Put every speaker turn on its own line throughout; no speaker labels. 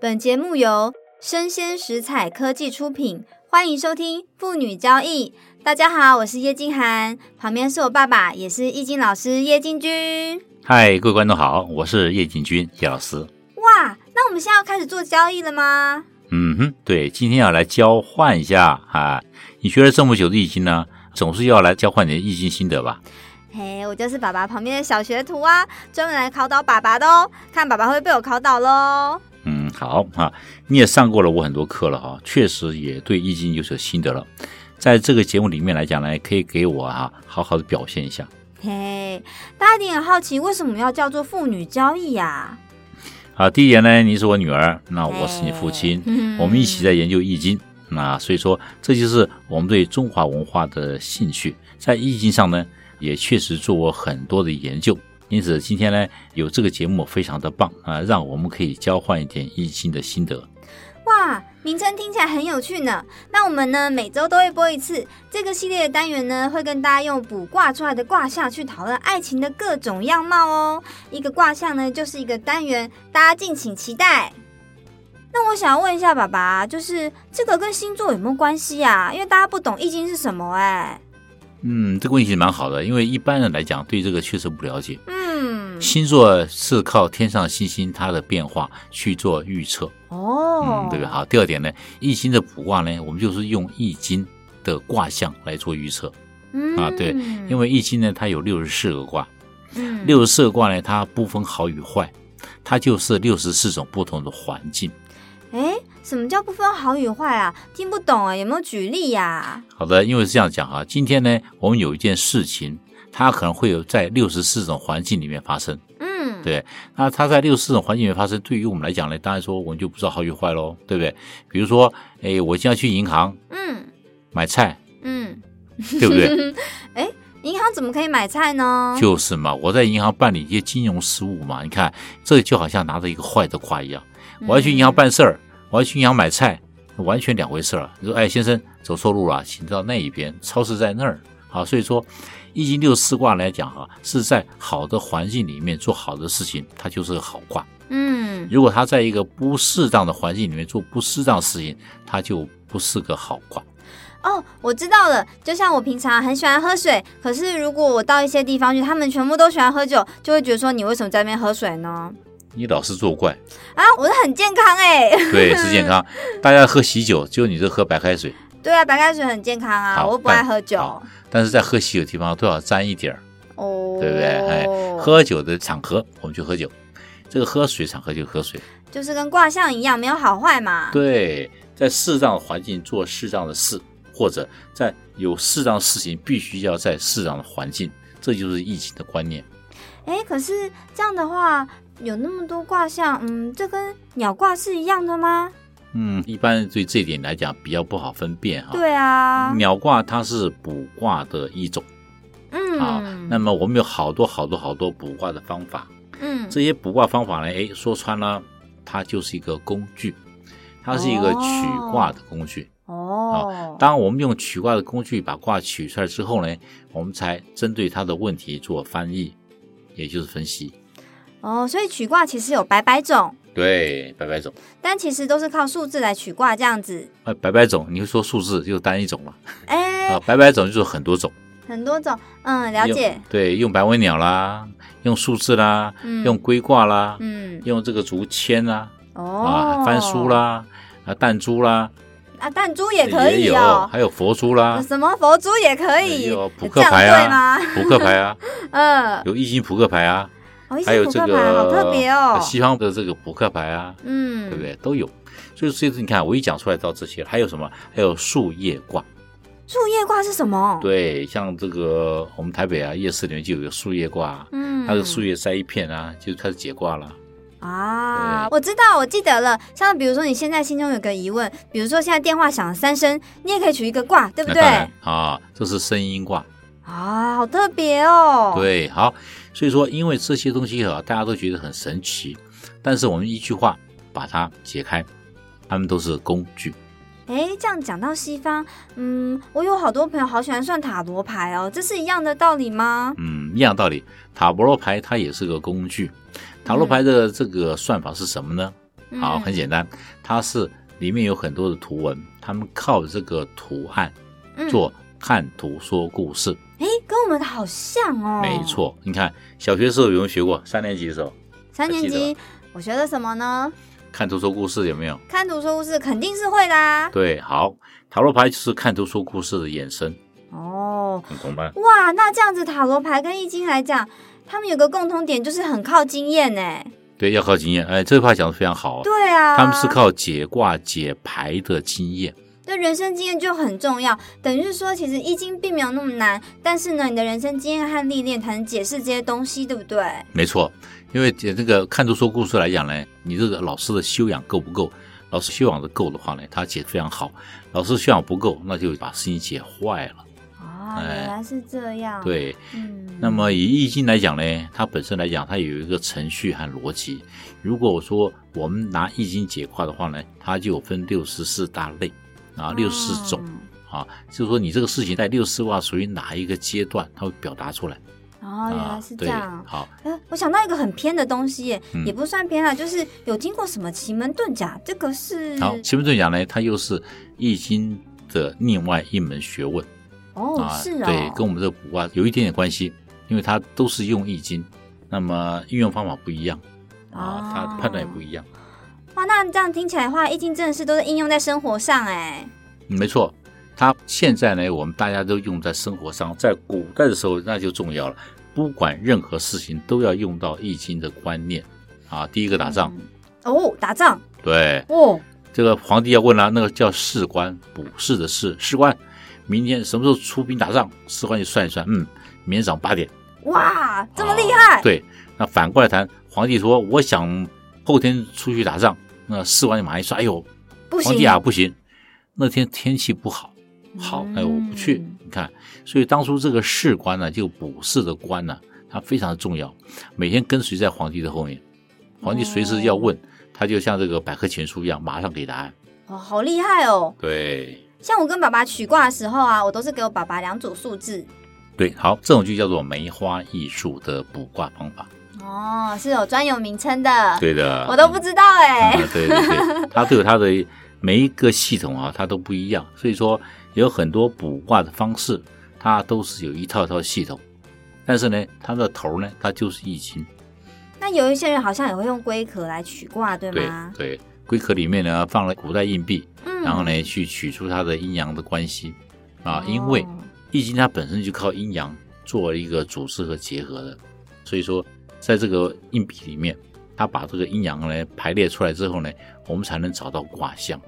本节目由生鲜食材科技出品，欢迎收听《妇女交易》。大家好，我是叶静涵，旁边是我爸爸，也是易经老师叶进军。
嗨，各位观众好，我是叶进军叶老师。
哇，那我们现在要开始做交易了吗？
嗯哼，对，今天要来交换一下啊！你学了这么久的易经呢，总是要来交换你的易经心得吧？
嘿，我就是爸爸旁边的小学徒啊，专门来考倒爸爸的哦，看爸爸会被我考倒喽。
嗯，好啊，你也上过了我很多课了哈、确实也对易经有所心得了。在这个节目里面来讲呢，可以给我啊好好的表现一下。
嘿，大家一定很好奇，为什么要叫做妇女交易呀、
啊，第一点呢，你是我女儿，那我是你父亲，
嗯
我们一起在研究易经。那所以说，这就是我们对中华文化的兴趣，在易经上呢，也确实做过很多的研究。因此，今天呢，有这个节目非常的棒啊，让我们可以交换一点易经的心得。
哇，名称听起来很有趣呢。那我们呢，每周都会播一次这个系列的单元呢，会跟大家用卜卦出来的卦象去讨论爱情的各种样貌哦。一个卦象呢，就是一个单元，大家敬请期待。那我想要问一下爸爸，就是这个跟星座有没有关系啊？因为大家不懂易经是什么哎、
嗯，这个问题蛮好的，因为一般人来讲对这个确实不了解。
嗯，
星座是靠天上星星它的变化去做预测，
哦，
嗯，对不对？好，第二点呢，易经的卜卦呢，我们就是用易经的卦象来做预测，
嗯
啊对因为易经呢，它有六十四个卦，
嗯
六十四个卦呢，它不分好与坏，它就是六十四种不同的环境。
哎，什么叫不分好与坏啊？听不懂啊，有没有举例呀、
好的，因为是这样讲啊，今天呢，我们有一件事情，它可能会有在六十四种环境里面发生。
嗯，
对那它在六十四种环境里面发生，对于我们来讲呢，当然说我们就不知道好与坏喽，对不对？比如说，哎，我今天要去银行
嗯
买菜，
嗯，
对不对？
银行怎么可以买菜呢？
就是嘛，我在银行办理一些金融事务嘛，你看这就好像拿着一个坏的卦一样，
嗯
我要去银行办事儿，我要去银行买菜，完全两回事儿。你说，哎，先生走错路了，请到那一边，超市在那儿。好，所以说易经六十四卦来讲哈、啊是在好的环境里面做好的事情，它就是个好卦。
嗯，
如果它在一个不适当的环境里面做不适当的事情，它就不是个好卦。
哦，我知道了。就像我平常很喜欢喝水，可是如果我到一些地方去，他们全部都喜欢喝酒，就会觉得说你为什么在那边喝水呢？
你老是作怪，
啊，我是很健康哎、
对，是健康。 大家喝喜酒，只有你这喝白开水。
对啊，白开水很健康啊，
好
我又不爱
但
喝酒。
好但是在喝喜酒的地方都要沾一点儿，
哦，
对不对？哎，喝酒的场合我们去喝酒，这个喝水场合就喝水。
就是跟卦象一样，没有好坏嘛。
对，在适当的环境做适当的事，或者在有适当的事情必须要在适当的环境，这就是易经的观念。
哎，可是这样的话，有那么多卦象，嗯，这跟鸟卦是一样的吗？
嗯，一般对这一点来讲比较不好分辨哈。
对啊，
鸟卦它是卜卦的一种
嗯，
啊，那么我们有好多好多好多卜卦的方法，
嗯，
这些卜卦方法呢，哎，说穿了，它就是一个工具，它是一个取卦的工具。
哦，
当我们用取卦的工具把卦取出来之后呢，我们才针对它的问题做翻译，也就是分析。
哦，所以取卦其实有百百种，
对，百百种，
但其实都是靠数字来取卦这样子。
啊，百百种，你会说数字就是单一种了
哎、
啊，百百种就是很多种。
很多种，嗯，了
用
解，
对，用白尾鸟啦，用数字啦，
嗯，
用，龟卦啦，
嗯，
用这个竹签啦，
哦
啊，，翻书，啦，啊，弹珠啦，
啊，弹珠也可以
有，
哦。
还有佛珠啦，
什么佛珠也可以
也有，扑
这
克
样
牌
对
啊
吗？，
扑克牌啊，
嗯，
有易经扑克牌啊，
哦，一
还
些
有
扑
这
克牌好特别
个呃
哦，
西方的这个扑克牌啊，
嗯，
对不？对？都有。所以，所以你看，我一讲出来到这些了，还有什么？还有树叶卦，
嗯树叶卦是什么？，
对，像这个我们台北啊夜市里面就有个树叶卦啊，
嗯，
它的树叶塞一片啊，就开始解卦了。
啊，我知道，我记得了。像比如说，你现在心中有个疑问，比如说现在电话响了三声，你也可以取一个卦，对不
那
对
当？然啊，这是声音卦。
啊，好特别哦。，
对，好，所以说因为这些东西啊，大家都觉得很神奇，但是我们一句话把它解开，它们都是工具。
哎，这样讲到西方，嗯，我有好多朋友好喜欢算塔罗牌哦，这是一样的道理吗？
嗯，一样道理，塔罗牌它也是个工具。塔罗牌的这个算法是什么呢？
嗯
好，很简单，它是里面有很多的图文，他们靠这个图案
嗯，
做看图说故事。
哎，跟我们的好像哦。
没，错，你看小学时候有没有学过？三年级的时候
三年
还记得
级我学了什么呢？
看图说故事有没有？
看图说故事肯定是会啊啦。
对，好，塔罗牌就是看图说故事的衍生，
哦，
你懂吗？
哇，那这样子塔罗牌跟易经来讲，他们有个共通点，就是很靠经验呢。
对，要靠经验。哎，这句话讲的非常好、哦，
对啊，
他们是靠解卦解牌的经验。
对人生经验就很重要。等于是说，其实易经并没有那么难，但是呢，你的人生经验和历练才能解释这些东西，对不对？
没错，因为这个看图说故事来讲呢，你这个老师的修养够不够？老师修养的够的话呢，他解得非常好；老师修养不够，那就把事情解坏了。
哦，
哎
原来是这样。，
对，
嗯，
那么以易经来讲呢，它本身来讲，它有一个程序和逻辑。如果我说我们拿易经解卦的话呢，它就有分六十四大类啊，六十四种啊，就是说你这个事情在六十四卦属于哪一个阶段，它会表达出来。
哦，原来是这
啊
样。
对，好，
哎、我想到一个很偏的东西耶，
嗯
也不算偏啦，啊就是有经过什么奇门遁甲，这个是
好，奇门遁甲呢，它又是易经的另外一门学问。
哦，
啊，
是哦，
对，跟我们这个卜卦有一点点关系，因为它都是用易经，那么运用方法不一样啊，它判断也不
样。
一样。
哦哇，那这样听起来的话，易经真的是都是应用在生活上哎。
嗯没错，它现在呢，我们大家都用在生活上，在古代的时候那就重要了，不管任何事情都要用到易经的观念啊。第一个打仗，
嗯哦，打仗
对，
哦，
这个皇帝要问了、那个叫士官，卜士的士，士官，明天什么时候出兵打仗？士官就算一算，嗯，明天早上八点。
哇，这么厉
啊
害！
对，那反过来谈，皇帝说我想后天出去打仗，那士官就马上一说，哎呦，
不
皇
行
帝啊不行，那天天气不好，好，哎我不去
嗯。
你看，所以当初这个士官呢，就卜士的官呢，他非常重要，每天跟随在皇帝的后面，皇帝随时要问，他就像这个百科全书一样，马上给答案。
哦，好厉害哦！
对。
像我跟爸爸取卦的时候啊，我都是给我爸爸两组数字。
对，好，这种就叫做梅花易数的卜卦方法。
哦，是有专有名称的，
对的，
我都不知道哎、
啊，对对对，它都有它的每一个系统啊，它都不一样，所以说有很多卜卦的方式，它都是有一套一套系统，但是呢，它的头呢，它就是易经，
那有一些人好像也会用龟壳来取卦，对
对
吗？
对，龟壳里面呢放了古代硬币，
嗯
然后呢去取出它的阴阳的关系啊
哦，
因为易经它本身就靠阴阳做一个组织和结合的，所以说在这个硬币里面，它把这个阴阳呢排列出来之后呢，我们才能找到卦象。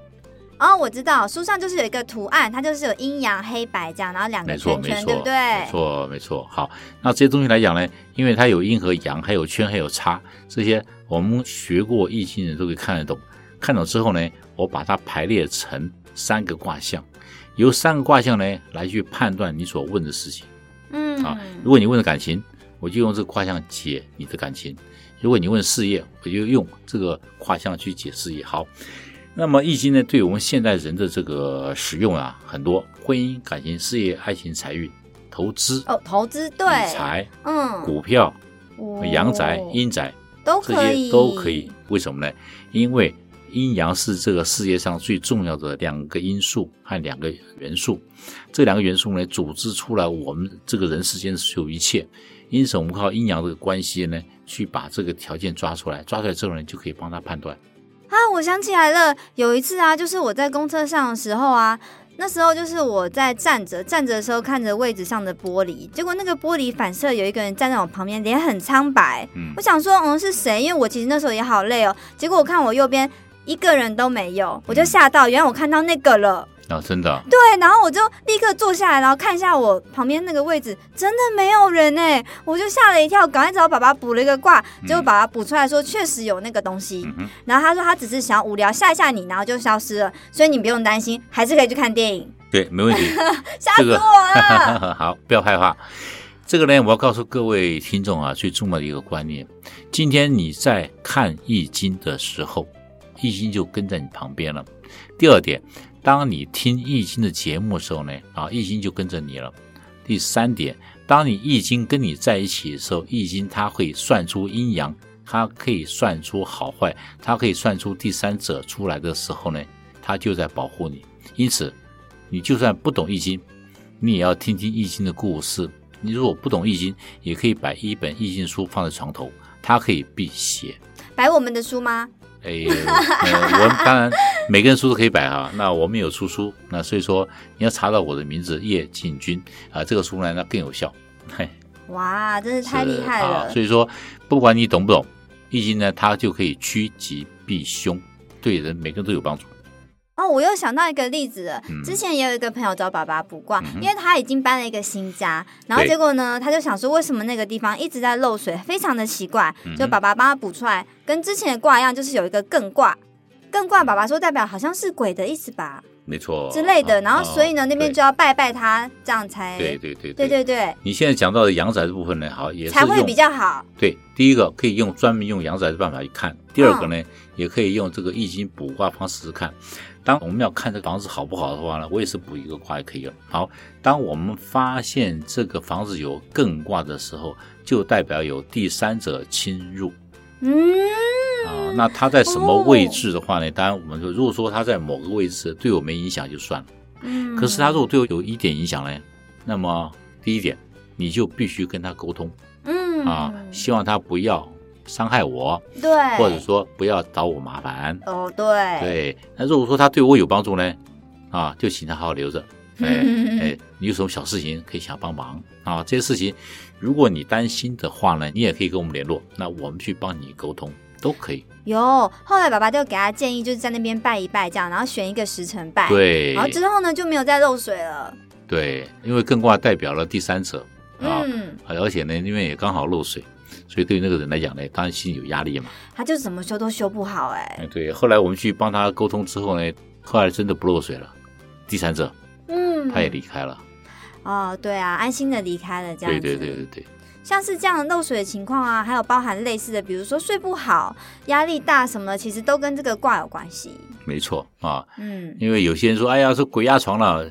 哦，我知道，书上就是有一个图案，它就是有阴阳黑白这样，然后两
没
个
错，
圈
没
圈，
错，
对不对？
没错，没错。好，那这些东西来讲呢，因为它有阴和阳，还有圈，还有叉，这些我们学过易经的人都可以看得懂。看懂之后呢，我把它排列成三个卦象，由三个卦象呢来去判断你所问的事情
嗯，
啊。如果你问的感情，我就用这个卦象解你的感情；如果你问事业，我就用这个卦象去解事业。好。那么易经呢，对我们现代人的这个使用啊，很多婚姻、感情、事业、爱情、财运、投资、
哦，投资对，
理财、
嗯，
股票、
哦
阳宅、阴宅，
都
这
可以，
些都可以。为什么呢？因为阴阳是这个世界上最重要的两个因素和两个元素，这两个元素呢，组织出来我们这个人世间的所有一切。因此，我们靠阴阳这个关系呢，去把这个条件抓出来，抓出来之后呢，就可以帮他判断。
啊，我想起来了，有一次啊，就是我在公车上的时候啊，那时候就是我在站着站着的时候看着位置上的玻璃，结果那个玻璃反射有一个人站在我旁边，脸很苍白。
嗯
我，想说，嗯，是谁？因为我其实那时候也好累哦。结果我看我右边一个人都没有，我就吓到，原来我看到那个了。
啊，真的啊，
对，然后我就立刻坐下来，然后看一下我旁边那个位置，真的没有人哎，我就吓了一跳，赶快找爸爸补了一个卦，结果
嗯
爸爸补出来说确实有那个东西。
嗯哼。
然后他说他只是想要无聊吓一吓你，然后就消失了，所以你不用担心，还是可以去看电影。
对，没问题。
吓
这
死我
个
了！
好，不要害怕。这个呢，我要告诉各位听众啊，最重要的一个观念：今天你在看《易经》的时候，《易经》就跟在你旁边了。第二点，当你听《易经》的节目的时候呢，啊，《易经》就跟着你了。第三点，当你《易经》跟你在一起的时候，《易经》它会算出阴阳它可以算出好坏，它可以算出第三者出来的时候呢，它就在保护你。因此，你就算不懂易经，你也要听听易经的故事。你如果不懂易经，也可以摆一本易经书放在床头，它可以辟邪。
摆我们的书吗？
哎，呃我们当然每个人书都可以摆啊。那我们有出书，那所以说你要查到我的名字叶进军啊、这个书呢那更有效。嘿，
哇，真是 太
是
厉害
啊
了！
所以说，不管你懂不懂易经呢，它就可以趋吉避凶，对人每个人都有帮助。
哦，我又想到一个例子了。
嗯
之前也有一个朋友找爸爸卜卦，
嗯哼
因为他已经搬了一个新家，然后
对
结果呢，他就想说为什么那个地方一直在漏水，非常的奇怪
嗯，哼
就爸爸帮他卜出来，跟之前的卦一样，就是有一个艮卦。艮卦爸爸说代表好像是鬼的意思吧
没错
之类的，
啊
然后所以呢
啊
那边就要拜拜他，这样才
对对对
对对对
你现在讲到的阳宅的部分呢，好也是
才会
用
比较好。
对，第一个可以用专门用阳宅的办法去看，第二个
嗯
呢，也可以用这个易经卜卦方式去看。当我们要看这个房子好不好的话呢，我也是卜一个卦也可以了。好，当我们发现这个房子有艮卦的时候，就代表有第三者侵入
嗯，
啊、那它在什么位置的话呢？当然，我们说，如果说它在某个位置对我没影响就算了。
嗯
可是它如果对我有一点影响呢，那么第一点，你就必须跟他沟通
嗯
啊，希望他不要伤害我。
对，
或者说不要找我麻烦。
哦对，
对，那如果说他对我有帮助呢，啊，就请他好好留着。
嗯
哎哎，你有什么小事情可以想帮忙啊？这些事情，如果你担心的话呢，你也可以跟我们联络，那我们去帮你沟通都可以。
有，后来爸爸就给他建议，就是在那边拜一拜这样，然后选一个时辰拜。。
对
然后之后呢，就没有再漏水了。
对，因为艮卦代表了第三者啊，
嗯，
而且呢，因为也刚好漏水，所以对那个人来讲呢，当然心里有压力嘛。
他就怎么修都修不好哎、
哎，对，后来我们去帮他沟通之后呢，后来真的不漏水了，第三者
嗯，
他也离开了。
哦，对啊，安心的离开了这样
对
子。
对对对对。
像是这样的漏水的情况啊，还有包含类似的，比如说睡不好、压力大什么的，其实都跟这个卦有关系。
没错啊，
嗯
因为有些人说，哎呀，是鬼压床了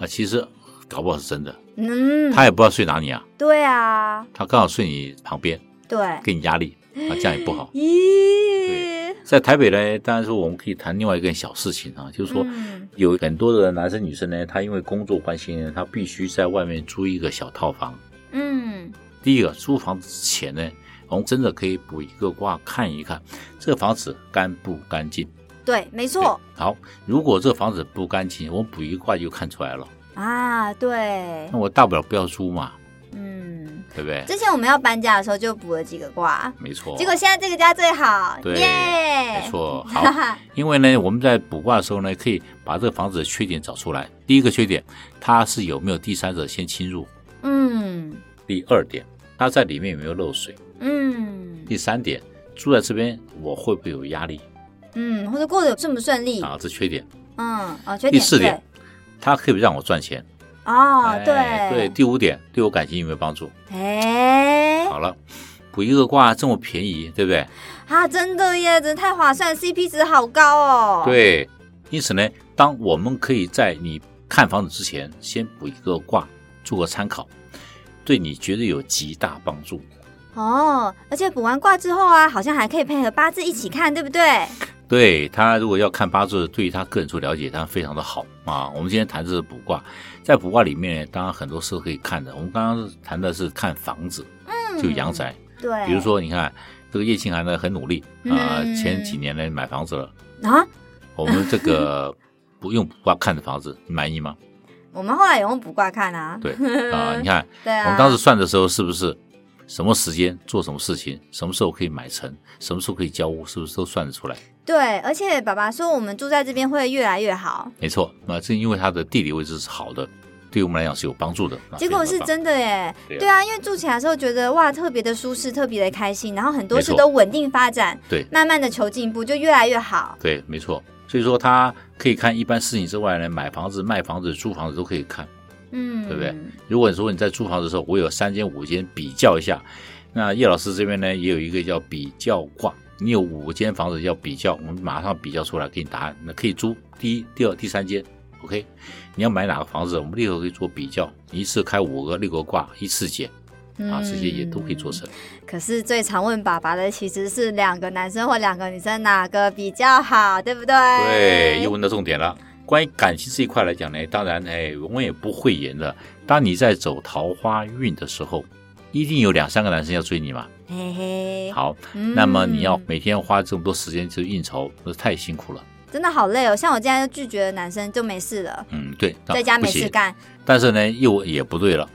啊，其实搞不好是真的，
嗯，
他也不知道睡哪里啊，
对啊，
他刚好睡你旁边，
对。
给你压力啊，这样也不好。
咦，
在台北呢，当然说我们可以谈另外一个小事情啊，就是说。
嗯
有很多的男生女生呢，他因为工作关系呢，他必须在外面租一个小套房。
嗯
第一个，租房子之前呢，我们真的可以补一个卦看一看，这个房子干不干净。
对，没错
好，如果这房子不干净，我们补一个卦就看出来了。
啊，对
那，我大不了不要租嘛，
嗯。
对不对？
之前我们要搬家的时候就补了几个卦，
没错，
结果现在这个家最好，
对
耶！
没，错。好，因为呢，我们在卜卦的时候呢，可以把这个房子的缺点找出来。第一个缺点，它是有没有第三者先侵入；
嗯
第二点，它在里面有没有漏水；
嗯
第三点，住在这边我会不会有压力
嗯，或者过得顺不顺利？
啊？这缺点。
嗯哦，缺点
第四点，它可以让我赚钱。
对哦，
哎对。
对
第五点，对我感情有没有帮助？
对，哎
好了，补一个卦这么便宜，对不对？
啊，真的耶，真的太划算，CP 值好高哦。，
对，因此呢，当我们可以在你看房子之前，先补一个卦，做个参考，对你绝对有极大帮助。
哦，而且补完卦之后啊，好像还可以配合八字一起看，对不对？
对他如果要看八字，对于他个人做了解，当然非常的好啊。我们今天谈的是卜卦，在卜卦里面呢，当然很多是可以看的。我们刚刚谈的是看房子，就阳宅，
嗯对，
比如说你看这个叶庆涵呢很努力啊、
嗯
前几年呢买房子了，
啊，
我们这 个不用卜卦看的房子，你满意吗？
我们后来有用卜卦看啊，
对 啊、你看。
对啊，
我们当时算的时候，是不是什么时间做什么事情，什么时候可以买成，什么时候可以交屋，是不是都算得出来？
对，而且爸爸说我们住在这边会越来越好，
没错，那正因为它的地理位置是好的，对我们来讲是有帮助的。那
结果
非
是
常地
真的耶，
对啊
对啊，因为住起来的时候觉得哇，特别的舒适，特别的开心，然后很多
没
事
错
都稳定发展，
对
慢慢的求进步，就越来越好
棒。对，没错。所以说，它可以看一般事情之外呢，买房子、卖房子、租房子都可以看。
嗯，
对不对？如果你说你在租房子的时候，我有三间、五间比较一下，那叶老师这边呢也有一个叫比较卦，你有五间房子要比较，我们马上比较出来给你答案。那可以租第一、第二、第三间，OK？你要买哪个房子，我们立刻可以做比较，一次开五个、六个卦，一次解，啊，这些也都可以做成。
嗯可是最常问爸爸的其实是两个男生或两个女生哪个比较好，对不对？
对，又问到重点了。关于感情这一块来讲呢，当然，哎，我们也不讳言了。当你在走桃花运的时候，一定有两三个男生要追你嘛。
嘿嘿，
好，
嗯，
那么你要每天花这么多时间去应酬，那太辛苦了。
真的好累哦。像我这样就拒绝的男生就没事了，
嗯，对，那
在家
不
没事
行。
干。
但是呢，又也不对了。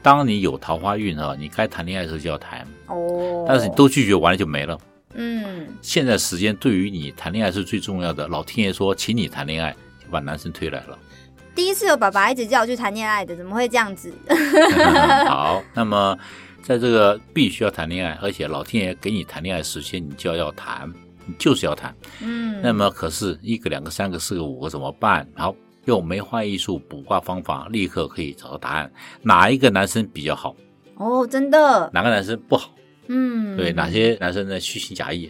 当你有桃花运啊，你该谈恋爱的时候就要谈，
哦，
但是你都拒绝完了就没了。
嗯，
现在时间对于你谈恋爱是最重要的。老天爷说，请你谈恋爱，就把男生推来了。
第一次有爸爸一直叫我去谈恋爱的，怎么会这样子？
好，那么在这个必须要谈恋爱，而且老天爷给你谈恋爱时间，你就要要谈，你就是要谈。
嗯，
那么可是一个、两个、三个、四个、五个怎么办？好，用梅花艺术卜卦方法，立刻可以找到答案。哪一个男生比较好？
哦，真的，
哪个男生不好？
嗯，
对，哪些男生呢虚情假意？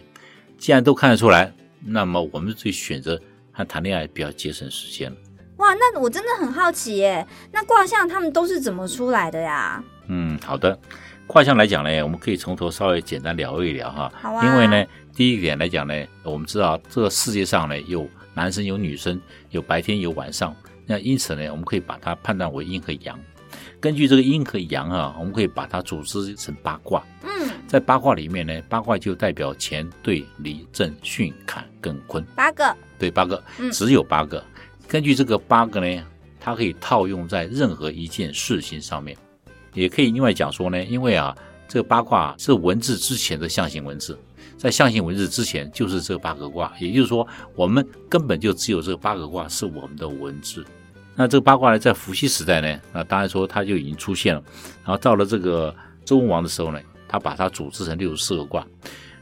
既然都看得出来，那么我们就选择和谈恋爱比较节省时间了。
哇，那我真的很好奇耶，那卦象他们都是怎么出来的呀？
嗯，好的。卦象来讲呢，我们可以从头稍微简单聊一聊哈。
好啊
因为呢，第一点来讲呢，我们知道这个世界上呢有男生有女生，有白天有晚上，那因此呢，我们可以把它判断为阴和阳。根据这个阴和阳啊，我们可以把它组织成八卦。
嗯，
在八卦里面呢，八卦就代表乾、兑、离、震、巽、坎跟坤。
八个，
对，八个
嗯，
只有八个。根据这个八个呢，它可以套用在任何一件事情上面，也可以另外讲说呢，因为啊，这个八卦是文字之前的象形文字，在象形文字之前就是这八个卦，也就是说，我们根本就只有这八个卦是我们的文字。那这个八卦呢，在伏羲时代呢，那当然说它就已经出现了。然后到了这个周文王的时候呢，他把它组织成六十四个卦，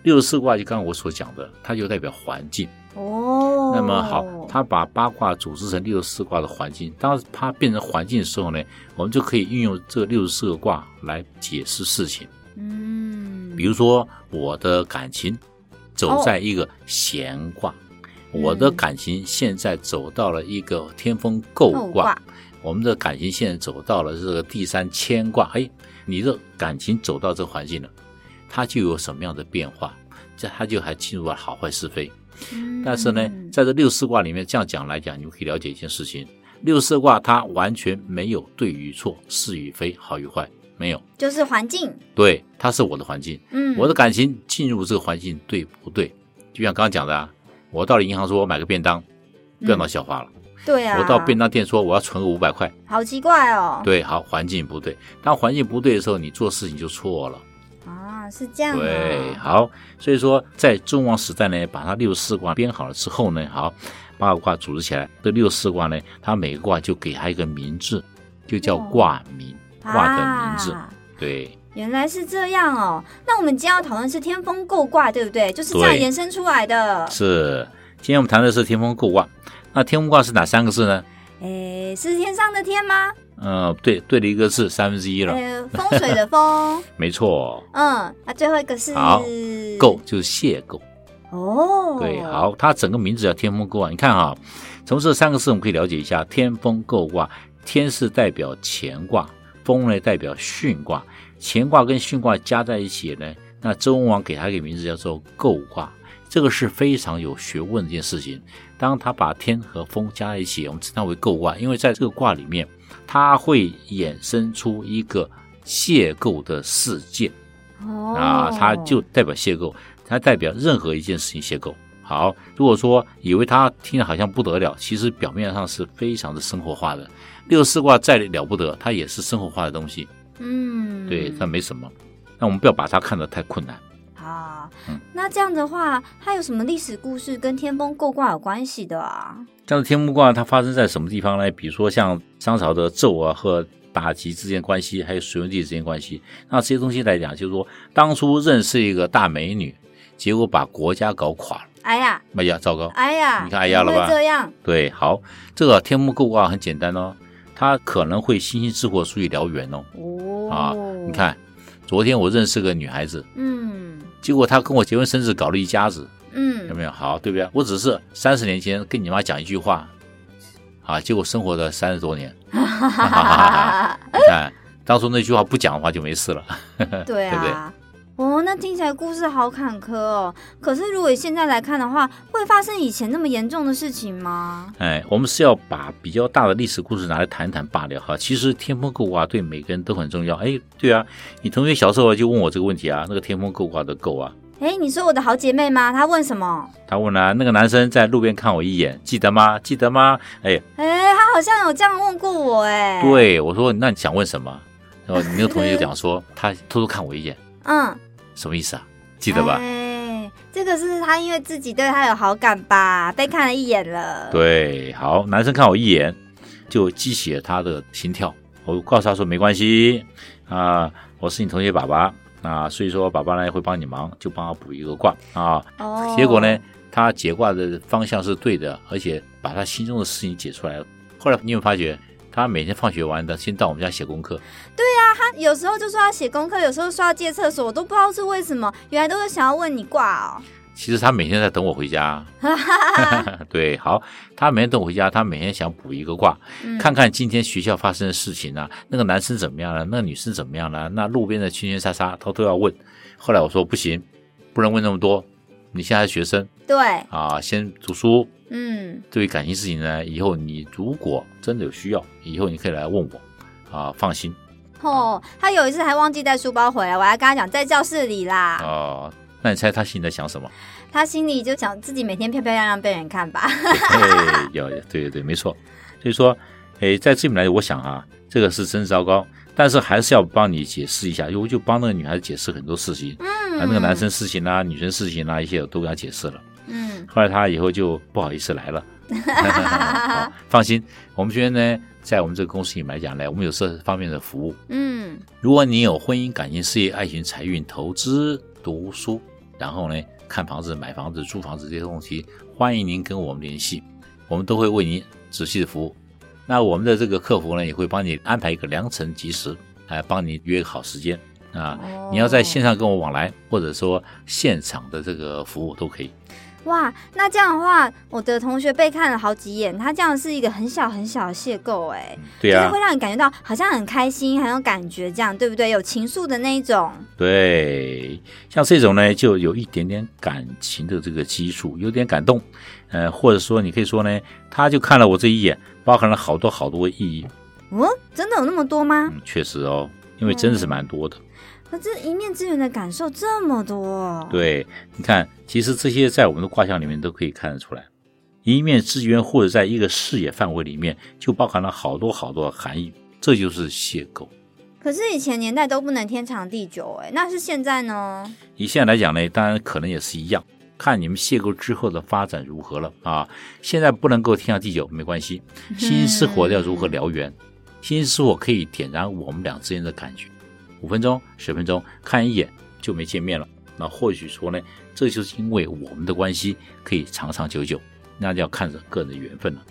六十四卦就刚刚我所讲的，它就代表环境。
哦，
那么好，他把八卦组织成六十四卦的环境。当它变成环境的时候呢，我们就可以运用这六十四个卦来解释事情。
嗯，
比如说，我的感情走在一个闲卦，我的感情现在走到了一个天风
斗
姤卦，
卦，
我们的感情现在走到了这个第三牵卦。哎，你的感情走到这环境了，它就有什么样的变化？这它就还进入了好坏是非。
嗯
但是呢，在这六四卦里面这样讲来讲，你们可以了解一件事情：六四卦它完全没有对与错、是与非、好与坏，没有。
就是环境，
对，它是我的环境，
嗯，
我的感情进入这个环境对不对？就像刚刚讲的啊，我到了银行说我买个便当，
嗯
不要闹笑话了；
对啊，
我到便当店说我要存个五百块，
好奇怪哦，
对，好，环境不对。当环境不对的时候，你做事情就错了。
啊，是这样、啊，
对，，好，所以说在周王时代呢，把它六十四卦编好了之后呢，好，八个卦组织起来，这六十四卦呢，它每个卦就给它一个名字，就叫
哦
卦名，卦的名字，
啊
对，
原来是这样哦，那我们今天要讨论是天风姤卦，对不对？就是这样
对
延伸出来的。
是。今天我们谈的是天风姤卦，那天风卦是哪三个字呢？
诶，是天上的天吗？
呃，对，对了一个字，三分之一了，
呃，风水的风，
没错。
嗯，那最后一个是
好姤就是邂逅，
哦，
对，，好，它整个名字叫天风姤卦。你看啊，从这三个字我们可以了解一下，天风姤卦，天是代表乾卦，风呢代表巽卦，乾卦跟巽卦加在一起呢，那周文王给它一个名字叫做姤卦。这个是非常有学问的一件事情。当他把天和风加在一起，我们称它为姤卦，因为在这个卦里面，它会衍生出一个邂逅的世界。
哦，
啊，它就代表邂逅，它代表任何一件事情邂逅。好，如果说以为它听着好像不得了，其实表面上是非常的生活化的。六十四卦再了不得，它也是生活化的东西，
嗯，
对，那没什么。那我们不要把它看得太困难。
好
嗯，
那这样的话，它有什么历史故事跟天风姤卦有关系的啊？
像天目卦它发生在什么地方呢？比如说像商朝的纣啊和妲己之间关系，还有隋文帝之间关系。那这些东西来讲，就是说当初认识一个大美女，结果把国家搞垮了。
哎呀，
哎呀，糟糕！
哎呀，
你看哎呀了吧
怎么会这样，
对，好，这个天目姤卦很简单哦，它可能会星星之火足以燎原哦。
哦，
啊你，看，昨天我认识个女孩子，
嗯
结果她跟我结婚生子，搞了一家子，有
嗯，
没有？好，对不对？我只是三十年前跟你妈讲一句话，啊，结果生活了三十多年，哈哈哈哈你看， 当初那句话不讲的话就没事了。
对啊。哦，那听起来故事好坎坷哦。可是如果现在来看的话，会发生以前那么严重的事情吗？
哎，我们是要把比较大的历史故事拿来谈一谈罢了哈。其实天风狗啊，对每个人都很重要。哎，对啊，你同学小时候就问我这个问题啊，那个天风狗啊的狗啊，
哎，你说我的好姐妹吗？她问什么？
他问啊，那个男生在路边看我一眼，记得吗？记得吗？哎，
哎，她好像有这样问过我哎。，
对我说，那你想问什么？然后你那个同学就讲说，他偷偷看我一眼，
嗯，
什么意思啊？记得吧？
哎，这个是她因为自己对她有好感吧，被看了一眼了。，
对，好，男生看我一眼，就激起了他的心跳。我告诉他说没关系啊、我是你同学爸爸啊、所以说爸爸呢会帮你忙，就帮他补一个卦啊。
哦，
结果呢，他解卦的方向是对的，而且把他心中的事情解出来了。后来你有没有发觉，他每天放学完的先到我们家写功课，
她有时候就说要写功课，有时候说要借厕所，我都不知道是为什么，原来都是想要问你挂哦。
其实他每天在等我回家。 对，好，他每天等我回家，他每天想补一个卦，
嗯
看看今天学校发生的事情啊，那个男生怎么样了，那个女生怎么样了，那路边的圈圈叉叉，他都要问。后来我说不行，不能问那么多，你现在是学生
对，
啊，先读书。
嗯，
对于感情事情呢，以后你如果真的有需要，以后你可以来问我，啊，放心
哦，她有一次还忘记带书包回来，我还跟她讲在教室里啦。
啊。那你猜他心里在想什么？
他心里就想自己每天漂漂亮亮被人看吧。
哎，有对对对，没错。所以说，哎，在这里面来，我想啊，这个是真糟糕，但是还是要帮你解释一下，因为我就帮那个女孩子解释很多事情。
嗯
啊，那个男，生事情啦、女生事情啊啦、一些我都给他解释了。
嗯，
后来他以后就不好意思来了。好放心，我们觉得呢，在我们这个公司里面来讲呢，我们有这方面的服务。
嗯，
如果你有婚姻、感情、事业、爱情、财运、投资、读书，然后呢，看房子、买房子、租房子这些问题，欢迎您跟我们联系，我们都会为您仔细的服务。那我们的这个客服呢，也会帮你安排一个良辰吉时，来帮你约好时间啊。
哦
你要在线上跟我往来，或者说现场的这个服务都可以。
哇，那这样的话，我的同学被看了好几眼，他这样是一个很小很小的邂逅，哎，
对
就是
啊
会，让你感觉到好像很开心，很有感觉，这样对不对？有情愫的那一种，
对，像这种呢，就有一点点感情的这个基础，有点感动，呃，或者说你可以说呢，他就看了我这一眼，包含了好多好多意义。
哦，真的有那么多吗？
嗯，确实哦，因为真的是蛮多的。
可这一面之缘的感受这么多，，
对，你看，其实这些在我们的卦象里面都可以看得出来。一面之缘或者在一个视野范围里面，就包含了好多好多的含义，这就是邂逅。
可是以前年代都不能天长地久，哎，那是现在呢？
以现在来讲呢，当然可能也是一样，看你们邂逅之后的发展如何了啊。现在不能够天长地久，没关系，新失火要如何燎原？新失火可以点燃我们俩之间的感觉，五分钟、十分钟，看一眼就没见面了。那或许说呢，这就是因为我们的关系可以长长久久，那就要看着个人的缘分了。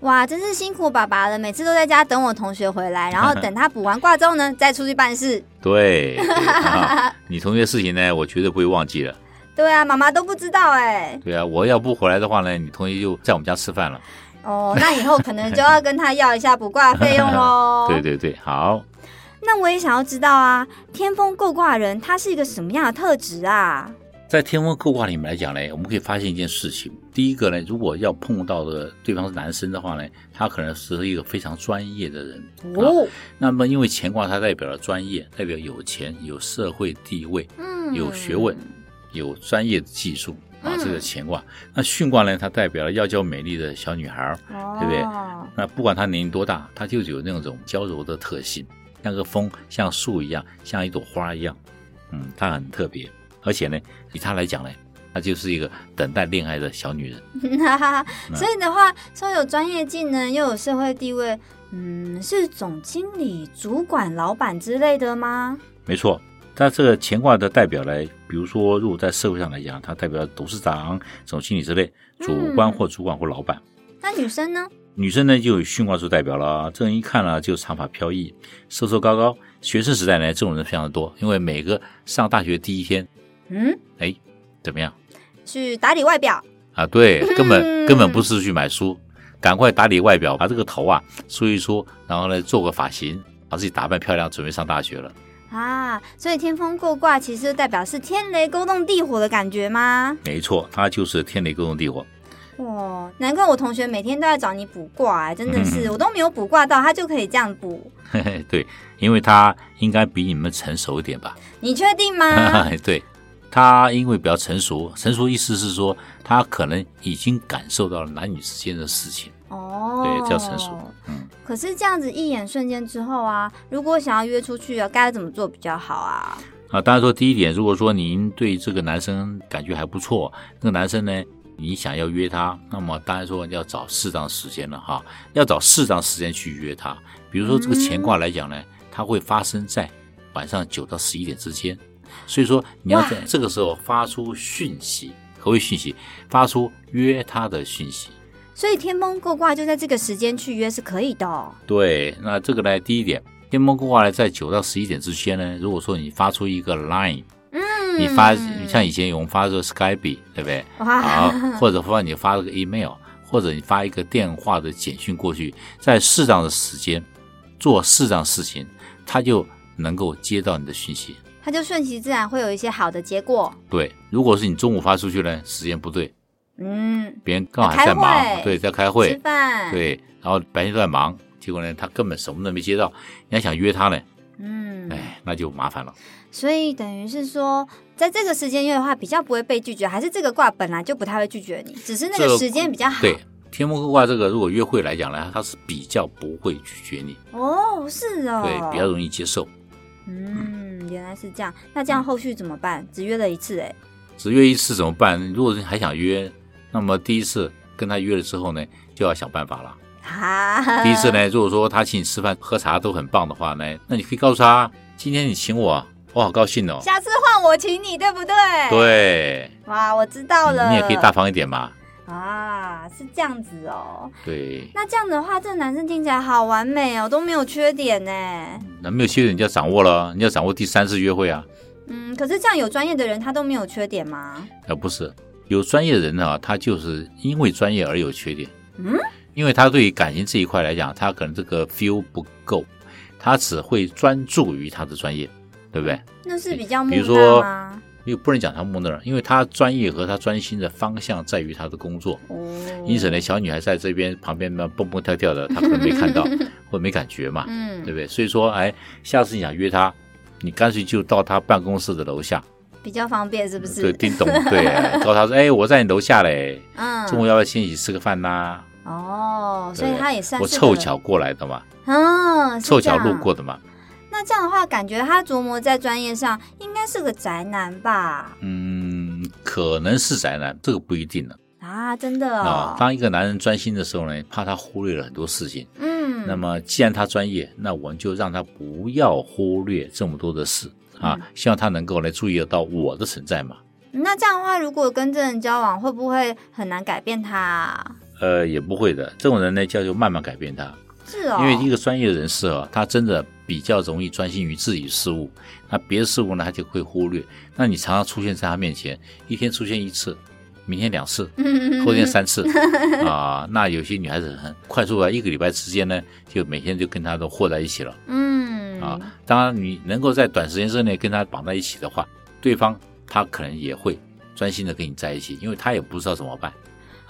哇，真是辛苦爸爸了，每次都在家等我同学回来，然 后等他补完卦之后呢，再出去办事。
对，对啊、你同学的事情呢，我绝对不会忘记了。
对啊，妈妈都不知道哎、
对啊，我要不回来的话呢，你同学就在我们家吃饭了。。
哦，那以后可能就要跟他要一下卜卦费用喽
对。对对，好。
那我也想要知道啊，天风够卦人他是一个什么样的特质啊？
在天风嗑卦里面来讲呢，我们可以发现一件事情。第一个呢，如果要碰到的对方是男生的话呢，他可能是一个非常专业的人。
哦，
那么因为乾卦它代表了专业，代表有钱、有社会地位、
嗯
有学问。有专业的技术啊，
嗯
这个乾卦。那巽卦呢，它代表了要娇美丽的小女孩儿。
哦，
对 不嗯对那不管她年龄多大，她就有那种娇柔的特性，像个风，像树一样，像一朵花一样。嗯，她很特别，而且呢，以她来讲呢，她就是一个等待恋爱的小女人。
对？所以的话，说有专业技能又有社会地位，嗯，是总经理、主管、老板之类的吗？
没错，她这个乾卦的代表呢，比如说，如果在社会上来讲，她代表董事长、总经理之类，主官
嗯
或主管或老板。
那女生呢？
女生呢就有巽卦做代表了，这人一看呢就长发飘逸，瘦瘦高高。学生时代呢，这种人非常的多，因为每个上大学第一天，
嗯，
哎，怎么样？
去打理外表。
啊，对，根
嗯
本根本不是去买书，赶快打理外表，把这个头啊梳一梳，然后呢做个发型把自己打扮漂亮，准备上大学了。
啊，所以天风过卦其实就代表是天雷勾动地火的感觉吗？
没错，他就是天雷勾动地火。
哇，难怪我同学每天都要找你卜卦、哎真的是、
嗯
我都没有卜卦到，他就可以这样卜，
嘿嘿，对，因为他应该比你们成熟一点吧？
你确定 吗？
对，他因为比较成熟，成熟意思是说他可能已经感受到了男女之间的事情。
哦，
对，叫成熟。嗯，
可是这样子一眼瞬间之后啊，如果想要约出去啊，该怎么做比较好啊？
啊，当然说第一点，如果说您对这个男生感觉还不错，那个男生呢，你想要约他，那么当然说要找适当时间了哈，要找适当时间去约他。比如说这个乾卦来讲呢，它会发生在晚上九到十一点之间，所以说你要在这个时候发出讯息，何谓讯息？发出约他的讯息。
所以天崩过卦就在这个时间去约是可以的、哦。
对，那这个呢，第一点，天蒙过卦呢，在九到十一点之间呢，如果说你发出一个 Line，、
嗯
你发像以前我们发这个 Skype，对不对？好
哇，，
或者说你发了个 email，或者你发一个电话的简讯过去，在适当的时间做适当事情，他就能够接到你的讯息。
他就顺其自然会有一些好的结果。
对，如果是你中午发出去呢，时间不对，
嗯，
别人刚好还在
开
忙，
会
对，在开
吃
会，
饭，，
对，然后白天都在忙，结果呢，他根本什么都没接到，你还想约他呢，
嗯，
哎，那就麻烦了。
所以等于是说，在这个时间约的话，比较不会被拒绝，还是这个卦本来就不太会拒绝你，只是那
这
个
个
时间比较好。
对，天风卦这个如果约会来讲呢，他是比较不会拒绝你，
哦，是哦，
对，比较容易接受。
嗯，原来是这样。那这样后续怎么办？只约了一次，哎，
只约一次怎么办？如果是还想约，那么第一次跟他约了之后呢，就要想办法了。
哈，
第一次，呢，如果说他请你吃饭、喝茶都很棒的话呢，那你可以告诉他，今天你请我啊，我好高兴哦。
下次换我请你，对不对？，
对，
哇，我知道了。
你也可以大方一点嘛。
啊，是这样子哦。
对，
那这样的话，这个男生听起来好完美哦，都没有缺点呢。
那没有缺点你就要掌握了，你要掌握第三次约会啊。
嗯，可是这样有专业的人，他都没有缺点吗？
呃，不是，有专业的人呢、他就是因为专业而有缺点。
嗯，
因为他对于感情这一块来讲，他可能这个 feel 不够，他只会专注于他的专业，对不对？
那是比较木
比
讷
如说
吗？
又不能讲他木讷，因为他专业和他专心的方向在于他的工作。
哦，
因此呢，小女孩在这边旁边呢蹦蹦跳跳的，她可能没 看到或没感觉嘛，
嗯
对不，对？所以说，哎，下次你想约她，你干脆就到她办公室的楼下，
比较方便是不是？
嗯对，叮咚，对，告诉她说，哎，我在你楼下嘞，
嗯，
中午要不要先一起吃个饭呐？
哦，所以
对
他也算
我
是
凑
个
巧过来的嘛，
嗯，是
凑
这
巧路
样
过。的嘛，
那这样的话，感觉他琢磨在专业上，应该是个宅男吧？
嗯，可能是宅男，这个不一定呢。
啊，真的
啊
哦，，
当一个男人专心的时候呢，怕他忽略了很多事情。
嗯，
那么既然他专业，那我们就让他不要忽略这么多的事啊，
嗯
希望他能够来注意得到我的存在嘛。
那这样的话，如果跟这人交往，会不会很难改变他啊？
呃，也不会的，这种人呢，叫做慢慢改变他，
是哦，
因为一个专业人士啊，他真的比较容易专心于自己事物，那别的事物呢，他就会忽略。那你常常出现在他面前，一天出现一次，明天两次，
嗯
后天三次啊，那有些女孩子很快速啊，一个礼拜之间呢，就每天就跟他都和在一起了。
嗯
啊，当然你能够在短时间之内跟他绑在一起的话，对方他可能也会专心的跟你在一起，因为他也不知道怎么办。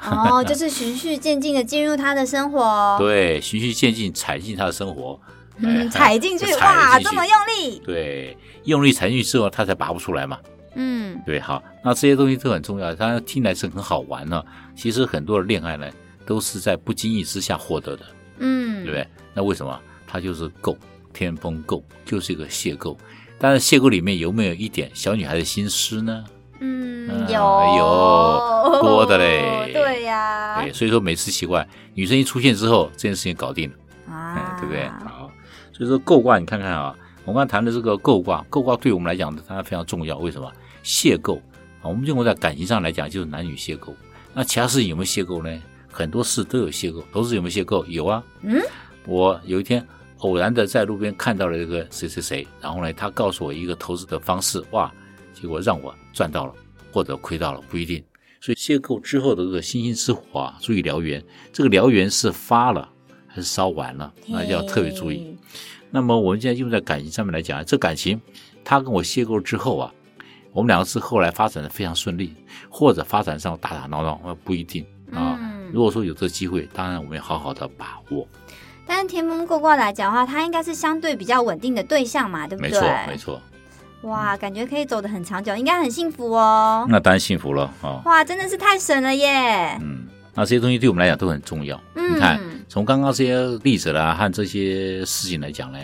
哦，就是循序渐进的进入他的生活，
对，循序渐进，踩进他的生活，
哦嗯，
哎
踩进去，
踩
哇，
进
这
去
么用力，
对，用力踩进去之后，他才拔不出来嘛。
嗯
对，好，那这些东西都很重要。当然听来是很好玩呢、其实很多的恋爱呢，都是在不经意之下获得的，
嗯，
对不对？那为什么？它就是够，天风够，就是一个邂逅。但是邂逅里面有没有一点小女孩的心思呢？
嗯，
嗯
有
有多的嘞
对呀，
对，所以说每次奇怪，女生一出现之后，这件事情搞定了，
啊
哎，对不对？好，所以说构卦，你看看啊，我刚才谈的这个构卦，构卦对我们来讲，它非常重要。为什么？邂逅啊，我们认为在感情上来讲，就是男女邂逅。那其他事情有没有邂逅呢？很多事都有邂逅，投资有没有邂逅？有啊。
嗯，
我有一天偶然的在路边看到了这个谁谁谁，然后呢，他告诉我一个投资的方式，哇，结果让我赚到了，或者亏到了，不一定。所以邂逅之后的这个星星之火啊，注意燎原。这个燎原是发了还是烧完了，那就要特别注意。。那么我们现在用在感情上面来讲，啊这感情他跟我邂逅之后啊，我们两个是后来发展的非常顺利，或者发展上打打闹闹，那不一定啊。
嗯，
如果说有这个机会，当然我们要好好的把握。
但是天风过卦来讲的话，它应该是相对比较稳定的对象嘛，对不
没
对？
错，没错，
哇，感觉可以走得很长久，应该很幸福哦。
那当然幸福了啊。
哇，真的是太神了耶！
嗯，那这些东西对我们来讲都很重要。你看，
嗯，
从刚刚这些例子啦和这些事情来讲呢，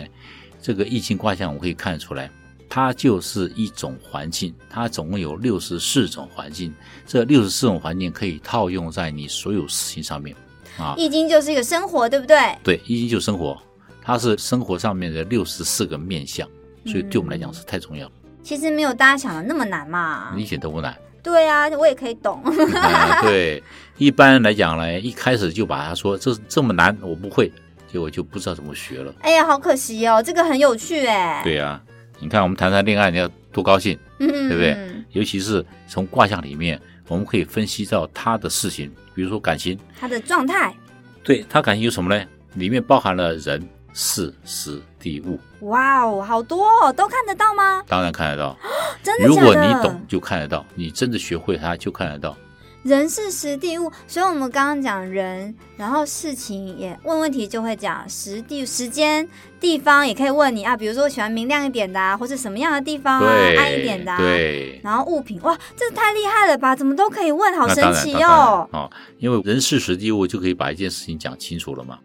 这个易经卦象我们可以看得出来，它就是一种环境，它总共有六十四种环境，这六十四种环境可以套用在你所有事情上面啊。
易经就是一个生活，对不对？
对，易经就生活，它是生活上面的六十四个面相，所以对我们来讲是太重要了，
其实没有大家想的那么难嘛。
一点都不难。
对啊，我也可以懂。
啊，对，一般来讲呢，一开始就把它说这这么难，我不会，结果就不知道怎么学了。
哎呀，好可惜哦，这个很有趣哎。，
对啊，你看我们谈谈恋爱，你要多高兴，
嗯
对不对？尤其是从卦象里面，我们可以分析到他的事情，比如说感情，
他的状态，
对他感情有什么呢？里面包含了人、事、时、地、物，
哇哦，好多哦，都看得到吗？
当然看得到。
啊真的
如
假的？
果你懂，就看得到；你真的学会它，就看得到。
人事时地物，所以我们刚刚讲人，然后事情也问问题就会讲时地时间地方也可以问你啊，比如说我喜欢明亮一点的啊，或是什么样的地方啊，暗一点
对
的、啊，，
对。
然后物品，哇，这太厉害了吧，怎么都可以问，好
那
神
当然
奇
当然
哦，
啊、因为人事时地物就可以把一件事情讲清楚了嘛。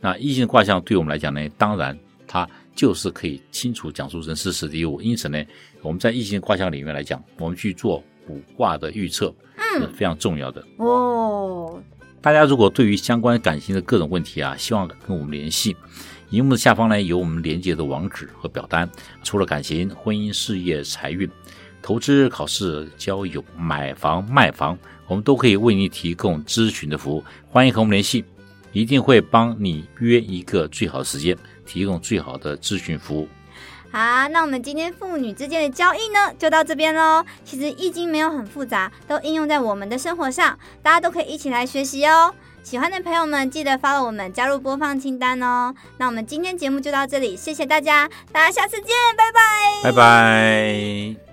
那易经卦象对我们来讲呢，当然它就是可以清楚讲述人事时地物，因此呢，我们在易经卦象里面来讲，我们去做卜卦的预测是
嗯，
非常重要的。
哦，
大家如果对于相关感情的各种问题啊，希望跟我们联系。荧幕的下方呢有我们连接的网址和表单。除了感情、婚姻、事业、财运、投资、考试、交友、买房、卖房，我们都可以为你提供咨询的服务。欢迎和我们联系，一定会帮你约一个最好的时间，提供最好的咨询服务。
好，那我们今天父女之间的交易呢，就到这边喽。其实易经没有很复杂，都应用在我们的生活上，大家都可以一起来学习哦。喜欢的朋友们，记得 follow 我们，加入播放清单哦。那我们今天节目就到这里，谢谢大家，大家下次见，拜拜。
拜拜。